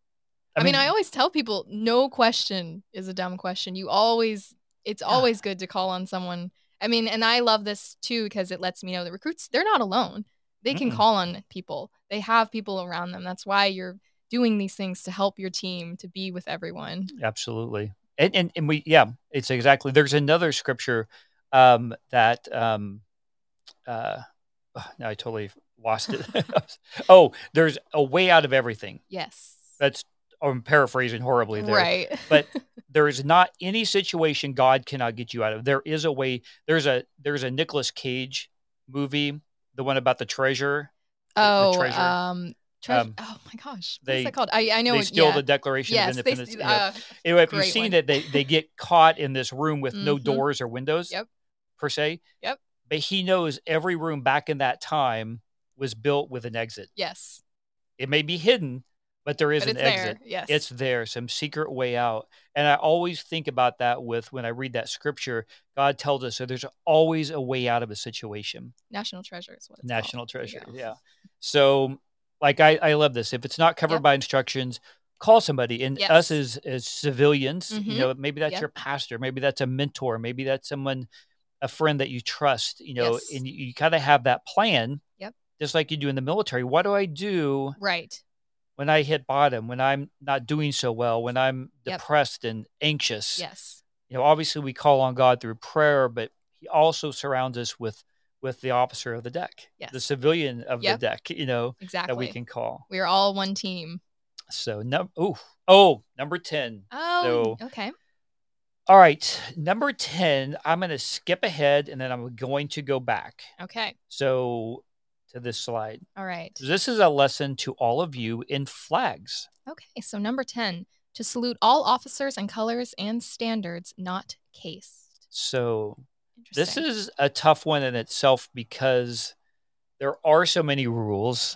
I, mean, I always tell people no question is a dumb question. You always, it's always good to call on someone. I mean, and I love this too because it lets me know that recruits, they're not alone. They can Mm-mm. call on people, they have people around them. That's why you're doing these things to help your team, to be with everyone. absolutely, and, and and we yeah, it's exactly. There's another scripture um, that um, uh, [SIGHS] oh, now I totally lost [LAUGHS] it. [LAUGHS] oh, there's a way out of everything. Yes. That's I'm paraphrasing horribly there. Right. [LAUGHS] But There is not any situation God cannot get you out of. There is a way. There's a there's a Nicolas Cage movie, the one about the treasure. the- Oh, the treasure. um, treas- Um, oh my gosh, they- what's that called? I I know they it- steal yeah. the Declaration yes, of they Independence. s- you know. uh, Anyway, if you've Great seen one. that they they [LAUGHS] get caught in this room with no Mhm. doors or windows. Yep. Per se. Yep. But he knows every room back in that time was built with an exit. yes, It may be hidden, but there is but an it's exit. there. Yes, It's there, some secret way out. And I always think about that with when I read that scripture, God tells us so there's always a way out of a situation. national treasure is what it's called. National There you treasure. go. Yeah. So like I, I love this. If it's not covered Yep. by instructions, call somebody. And us Yes. as as civilians, Mhm. you know, maybe that's Yep. your pastor, maybe that's a mentor, maybe that's someone a friend that you trust, you know, Yes. and you, you gotta have that plan. Yep. Just like you do in the military. What do I do Right. when I hit bottom, when I'm not doing so well, when I'm Yep. depressed and anxious? Yes. you know obviously we call on god through prayer but he also surrounds us with with the officer of the deck the Yes. civilian of Yep. the deck you know Exactly. that we can call We are all one team. so num oh oh number 10 Oh, okay. all right number 10 i'm going to skip ahead and then i'm going to go back Okay. so to this slide All right. So this is a lesson to all of you in flags Okay. So number ten, to salute all officers and colors and standards not cased. so this Interesting. is a tough one in itself because there are so many [LAUGHS] rules.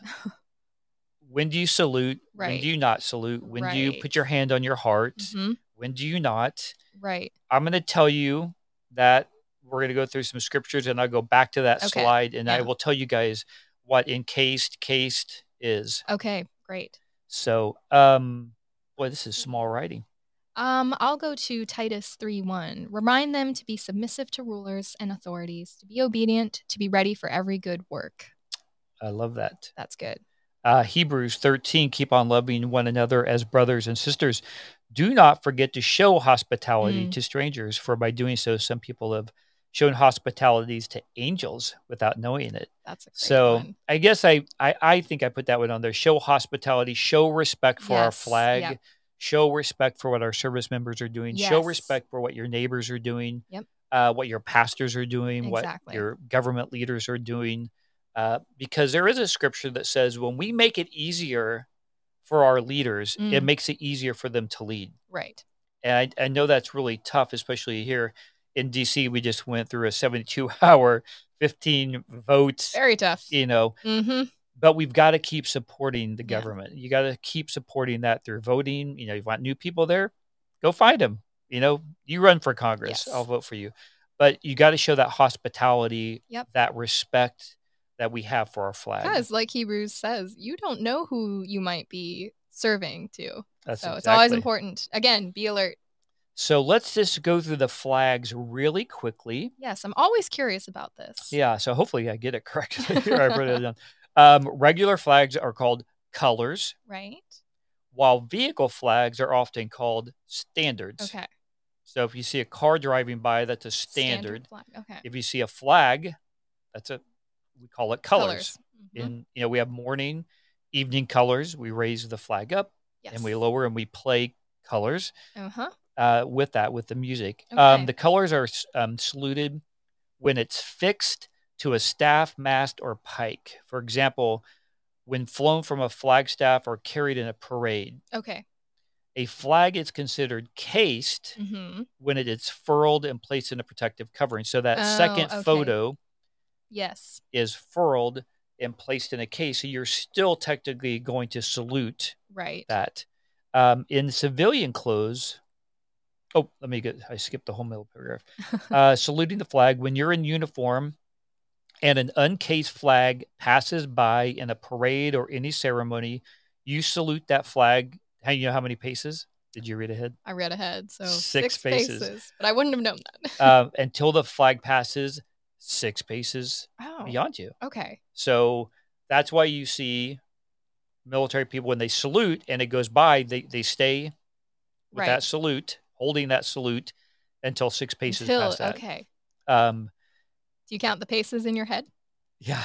when do you salute? When Right. do you not salute? When do you Right. put your hand on your heart? Mhm. When do you not? right. I'm going to tell you that we're going to go through some scriptures and I'll go back to that Okay. slide and I Yeah. will tell you guys what encased cased is. Okay. Great. So, um boy, this is small writing. Um, I'll go to Titus 3 1. Remind them to be submissive to rulers and authorities, to be obedient, to be ready for every good work. I love that. That's good. uh, Hebrews 13, keep on loving one another as brothers and sisters. Do not forget to show hospitality Mm. to strangers, for by doing so, some people have shown hospitalities to angels without knowing it. That's a great So one. I guess I, I I think I put that one on there. Show hospitality, show respect for our Yes, flag, yep. show respect for what our service members are doing show Yes. respect for what your neighbors are doing Yep. uh, what your pastors are doing what Exactly. your government leaders are doing uh, because there is a scripture that says when we make it easier for our leaders it Mm. makes it easier for them to lead Right. and I, I know that's really tough especially here in dc we just went through a 72 [LAUGHS] hour 15 vote Very tough. you know Mm-hmm. but we've got to keep supporting the Yeah. government. You got to keep supporting that through voting. You know, you want new people there, go find them. You know, you run for Congress, Yes. I'll vote for you. But you got to show that hospitality, Yep. that respect that we have for our flag. Because, like Hebrews says, you don't know who you might be serving to. That's so it's always exactly- important. Again, be alert. So let's just go through the flags really quickly. Yes, I'm always curious about this. Yeah. So hopefully I get it [LAUGHS] correctly. here. I wrote it down. Um, regular flags are called colors, Right? while vehicle flags are often called standards. Okay. So if you see a car driving by, that's a standard. flag. Okay. If you see a flag, that's a we call it colors. Mhm. And you know, we have morning, evening colors. We raise the flag up Yes. and we lower and we play colors Uh-huh. uh, with that with the music. Um, Okay. the colors are s- um, saluted when it's fixed to a staff, mast, or pike. For example, when flown from a flagstaff or carried in a parade, Okay. a flag is considered cased Mm-hmm. when it is furled and placed in a protective covering. So that Oh, second okay. photo Yes. is furled and placed in a case. So you're still technically going to salute Right. that. Um, in civilian clothes, oh, let me get, I skipped the whole middle [LAUGHS] paragraph. Uh, saluting the flag when you're in uniform and an uncased flag passes by in a parade or any ceremony, you salute that flag. How you know how many paces? Did you read [LAUGHS] ahead? I read ahead. So Six six, faces. faces. But I wouldn't have known that. [LAUGHS] um, until the flag passes six paces wow. beyond you. Oh, Okay. So that's why you see military people when they salute and it goes by, they, they stay with Right. that salute, holding that salute until six paces Until- past that. Okay. Um, Do you count the paces in [LAUGHS] your head? [LAUGHS] yeah.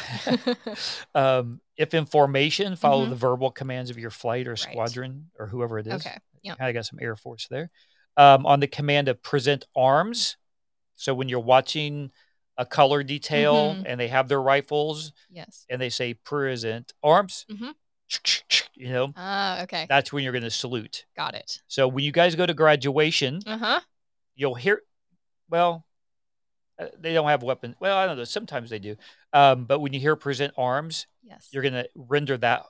um, if in formation, follow Mhm. the verbal commands of your flight or Right. squadron or whoever it is. okay. Yeah. I got some Air Force there. Um, on the command of present arms. So when you're watching a color detail Mhm. and they have their rifles Yes. and they say present arms, Mhm. you know, Ah, okay. that's when you're going to salute. Got it. So when you guys go to graduation, Uh-huh. you'll hear, well, uh, they don't have weapons. Well, I don't know. Sometimes they do. Um, but when you hear present arms, Yes. you're going to render that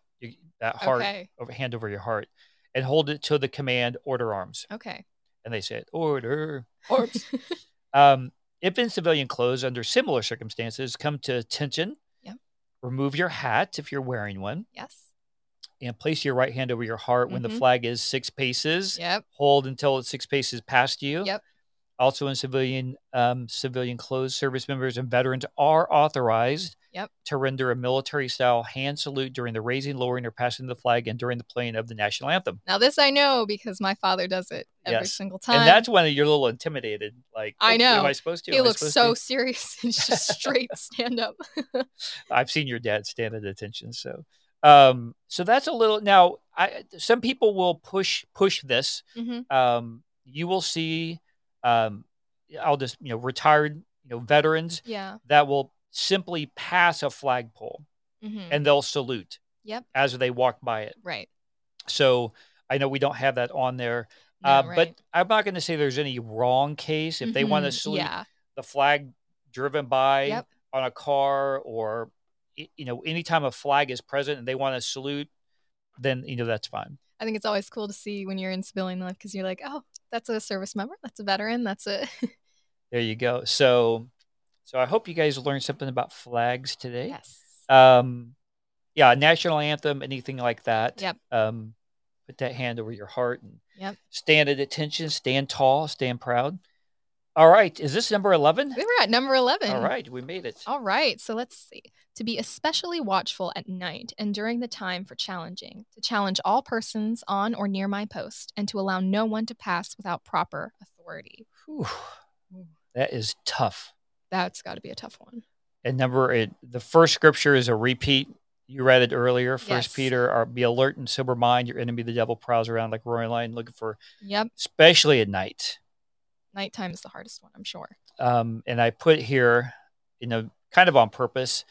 that heart Okay. over, hand over your heart and hold it to the command order arms. Okay. and they said order arms. um, if in civilian clothes under similar circumstances, come to attention. Yep. Remove your hat if you're wearing one, [LAUGHS] yes. and place your right hand over your heart when the Mhm. flag is six paces. Yep. Hold until it's six paces past you. Yep. Also, in civilian um, civilian clothes, service members and veterans are authorized Yep. to render a military style hand salute during the raising, lowering, or passing the flag, and during the playing of the national anthem. Now this I know because my father does it every Yes. single time. And that's when you're a little intimidated. Like, I "Oh, Am know. I supposed to? he Am I looks supposed so to?" serious [LAUGHS] and [LAUGHS] it's just straight stand up. I've seen your dad stand at attention. So, um, so that's a little. Now, I some people will push push this. hmm Um, you will see. Um, I'll just you know retired you know veterans Yeah. that will simply pass a flagpole hmm and they'll salute. Yep. As they walk by it. right. So I know we don't have that on there, No, uh, right. but I'm not going to say there's any wrong case if they want to Mhm. salute Yeah. the flag driven by Yep. on a car or y- you know anytime a flag is present and they want to salute then you know that's fine I think it's always cool to see when you're in civilian life because you're like, oh, that's a service member, that's a veteran, that's a [LAUGHS] there you go so so i hope you guys learned something about flags today yes. um yeah national anthem anything like that Yep. um put that hand over your heart and Yep. stand at attention stand tall stand proud all right is this number 11 We were at number eleven. all right we made it All right, so let's see. To be especially watchful at night and during the time for challenging, to challenge all persons on or near my post, and to allow no one to pass without proper authority. Whew. that is tough That's got to be a tough one. and number it, the first scripture is a repeat you read it earlier. First Yes. Peter, are, be alert and sober mind. Your enemy, the devil, prowls around like a roaring lion, looking for, Yep. especially at night. Nighttime is the hardest one, I'm sure. Um, and I put here, you know, kind of on purpose.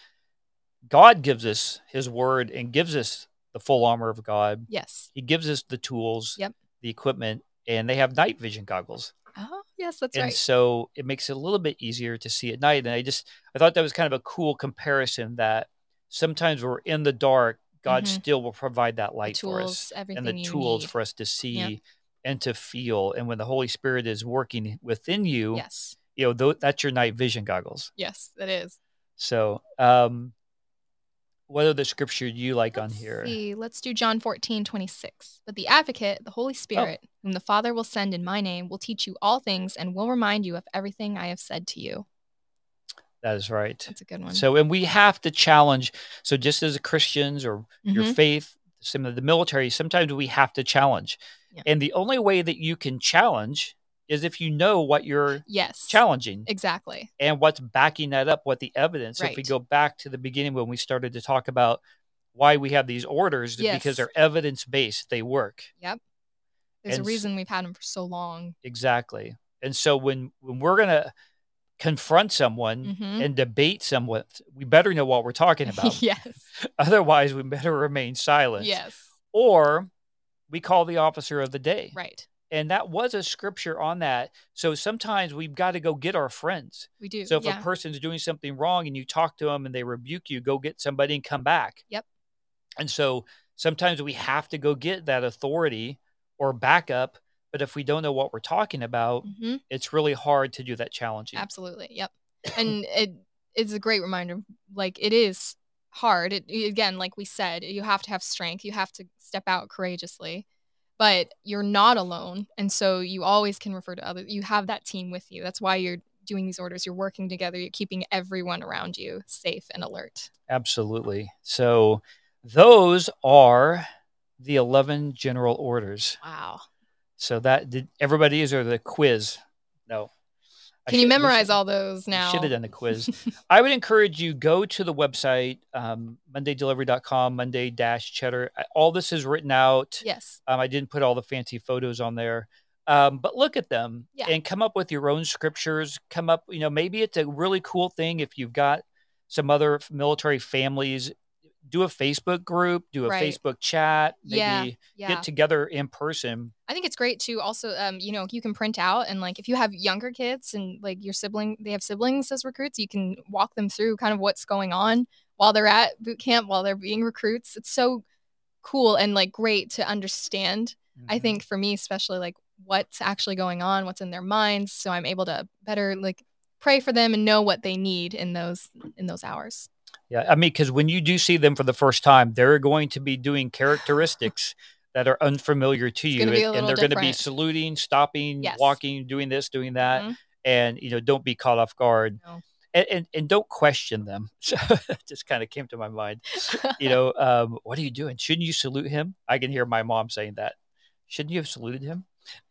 God gives us His Word and gives us the full armor of God. Yes. He gives us the tools, Yep. the equipment, and they have night vision goggles. Oh, yes, that's and right. so it makes it a little bit easier to see at night and i just i thought that was kind of a cool comparison that sometimes we're in the dark god Mhm. still will provide that The light for us tools, everything and the you tools need. for us to see and to feel and when the holy spirit is working within you Yes. you know tho- that's your night vision goggles Yes, that is. so um what other scripture do you like on Let's here See, let's do John 14, 26. But the advocate, the Oh. Holy Spirit, whom the Father will send in my name, will teach you all things and will remind you of everything I have said to you. that is right That's a good one. so and we have to challenge so just as christians or your Mhm. faith, some of the military, sometimes we have to challenge. Yeah. And the only way that you can challenge is if you know what you're yes. challenging Exactly. and what's backing that up, what the evidence. If we Right. go back to the beginning when we started to talk about why we have these orders, Yes. because they're evidence based, they work. There's And s- a reason we've had them for so long. Exactly. And so when, when we're going to confront someone Mhm. and debate someone, we better know what we're talking [LAUGHS] about. yes. Otherwise, we better remain silent. Yes. Or we call the officer of the day. Right. and that was a scripture on that so sometimes we've got to go get our friends We do. so if yeah. a person's doing something wrong and you talk to them and they rebuke you go get somebody and come back Yep. and so sometimes we have to go get that authority or backup but if we don't know what we're talking about Mhm. it's really hard to do that challenging Absolutely. Yep. And it it's a great reminder. Like it is hard. It, again, like we said, you have to have strength. You have to step out courageously. But you're not alone, and so you always can refer to others. You have that team with you. That's why you're doing these orders. You're working together. You're keeping everyone around you safe and alert. absolutely so those are the 11 general orders Wow. so that did everybody is or the quiz no I Can you should- we memorize should- all those now? Should have done the [LAUGHS] quiz. I would encourage you go to the website um, mondaydelivery.com, Monday Dash Cheddar. I- All this is written out. yes. Um, I didn't put all the fancy photos on there, um, but look at them Yeah. and come up with your own scriptures. Come up, you know, maybe it's a really cool thing if you've got some other f- military families. Do a Facebook group, do a Right. Facebook chat, maybe Yeah. Yeah. get together in person. I think it's great to also, um, you know, you can print out and like if you have younger kids and like your sibling, they have siblings as recruits, you can walk them through kind of what's going on while they're at boot camp, while they're being recruits. It's so cool and like great to understand. I Mhm. think for me, especially like what's actually going on, what's in their minds, so I'm able to better like pray for them and know what they need in those in those hours. Yeah, I mean, because when you do see them for the first time, they're going to be doing [LAUGHS] characteristics that are unfamiliar to you, gonna be a and- and little they're going to be different. saluting, stopping, Yes. walking, doing this, doing that, Mhm. and you know, don't be caught off guard, No. and, and and don't question them. [LAUGHS] So that just kind of came to my mind. You know, um, what are you doing? Shouldn't you salute him? I can hear my mom saying that. Shouldn't you have saluted him?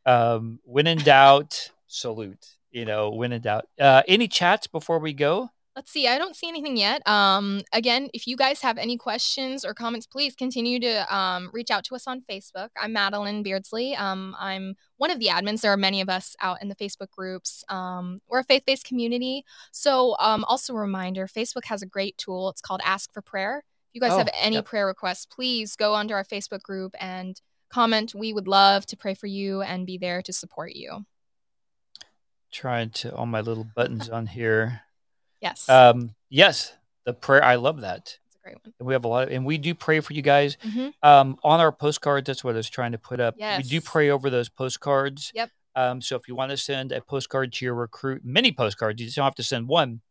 Um, when in doubt, salute. You know, when in doubt. Uh, any chats before we go? Let's see. I don't see anything yet. Um, again, if you guys have any questions or comments, please continue to um, reach out to us on Facebook. I'm Madeline Beardsley. Um, I'm one of the admins. There are many of us out in the Facebook groups. Um, we're a faith based community. So, um, also a reminder Facebook has a great tool. It's called Ask for Prayer. If you guys Oh, have any yep. prayer requests, please go onto our Facebook group and comment. We would love to pray for you and be there to support you. Trying to all my little buttons on here. Yes. Um, yes, the prayer. I love that. that's a great one. And we have a lot, of, and we do pray for you guys Mhm. um, on our postcards. That's what I was trying to put up. We do Yes. pray over those postcards. Yep. Um, so if you want to send a postcard to your recruit, many postcards, you just don't have to send one.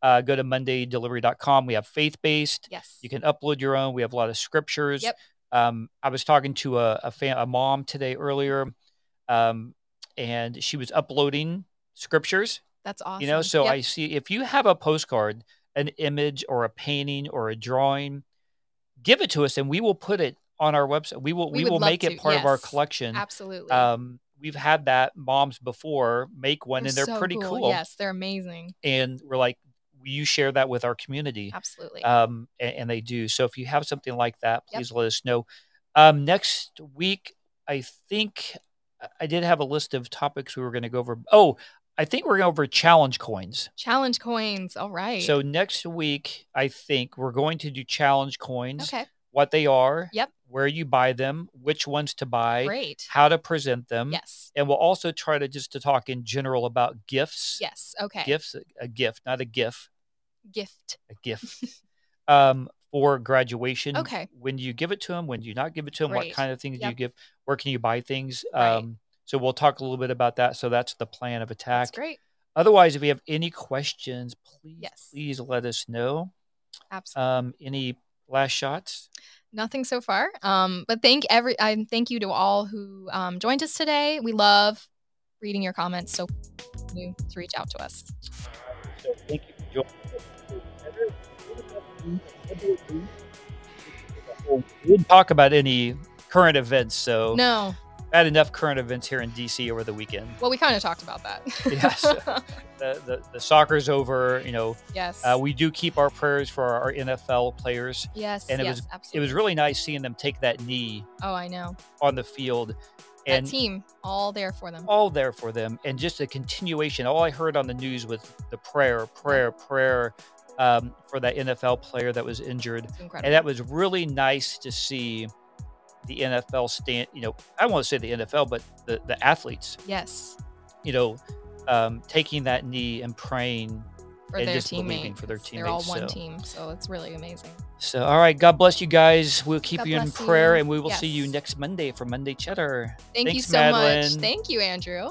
Uh, go to mondaydelivery.com. We have faith based. Yes. You can upload your own. We have a lot of scriptures. Yep. Um, I was talking to a a, fam- a mom today earlier, um, and she was uploading scriptures That's awesome. you know so Yep. i see if you have a postcard an image or a painting or a drawing give it to us and we will put it on our website we will We we, would will love make it to, part of our yes. collection Absolutely. um we've had that moms before make one They're and they're so pretty cool, Yes, they're amazing. and we're like you share that with our community. Absolutely. Um, a- and, they do. So if you have something like that, please let us know. Um, next week, I think I- I did have a list of topics we were going to go over. Oh, I think we're going over challenge coins. Challenge coins. All right. So next week, I think we're going to do challenge coins, okay, what they are, Yep. where you buy them, which ones to buy, great. how to present them. Yes. And we'll also try to just to talk in general about gifts. Yes. Okay. Gifts, a- a gift, not a gif, Gift. a gift [LAUGHS] um, for graduation. Okay. When you give it to them, when do you not give it to them, what Great. kind of things do you Yep. give? Where can you buy things? Right. Um, so we'll talk a little bit about that. So that's the plan of That's attack. great. Otherwise, if you have any questions, please, Yes. please let us know. Absolutely. Um, any last shots? Nothing so far. Um, but thank every I thank you to all who um, joined us today. We love reading your comments, so you to reach out to us. So thank you for joining us. We didn't talk about any current events, so No, I had enough current events here in DC over the weekend. well, we kind of talked about that. Yes. The, the, the soccer's over, you know. [LAUGHS] yes. Uh, we do keep our prayers for our NFL players. yes. and it yes, was- It absolutely. was really nice seeing them take that knee Oh, I know. on the field That and Oh, team, all there for them. all there for them and just a continuation. All I heard on the news was the prayer, prayer, prayer um, for that NFL player that was injured. It's incredible. And that was really nice to see the NFL stand, you know, I want to say the NFL, but the, the athletes, yes, you know, um, taking that knee and praying. for and their just believing teammates. for their They're all teammates, one so. team, so it's really amazing. So, all right, God bless you guys. We'll keep God you in bless prayer you. and we will see you Yes. next Monday for Monday Cheddar. Thank you Thanks, so Madeline. much. Thank you, Andrew.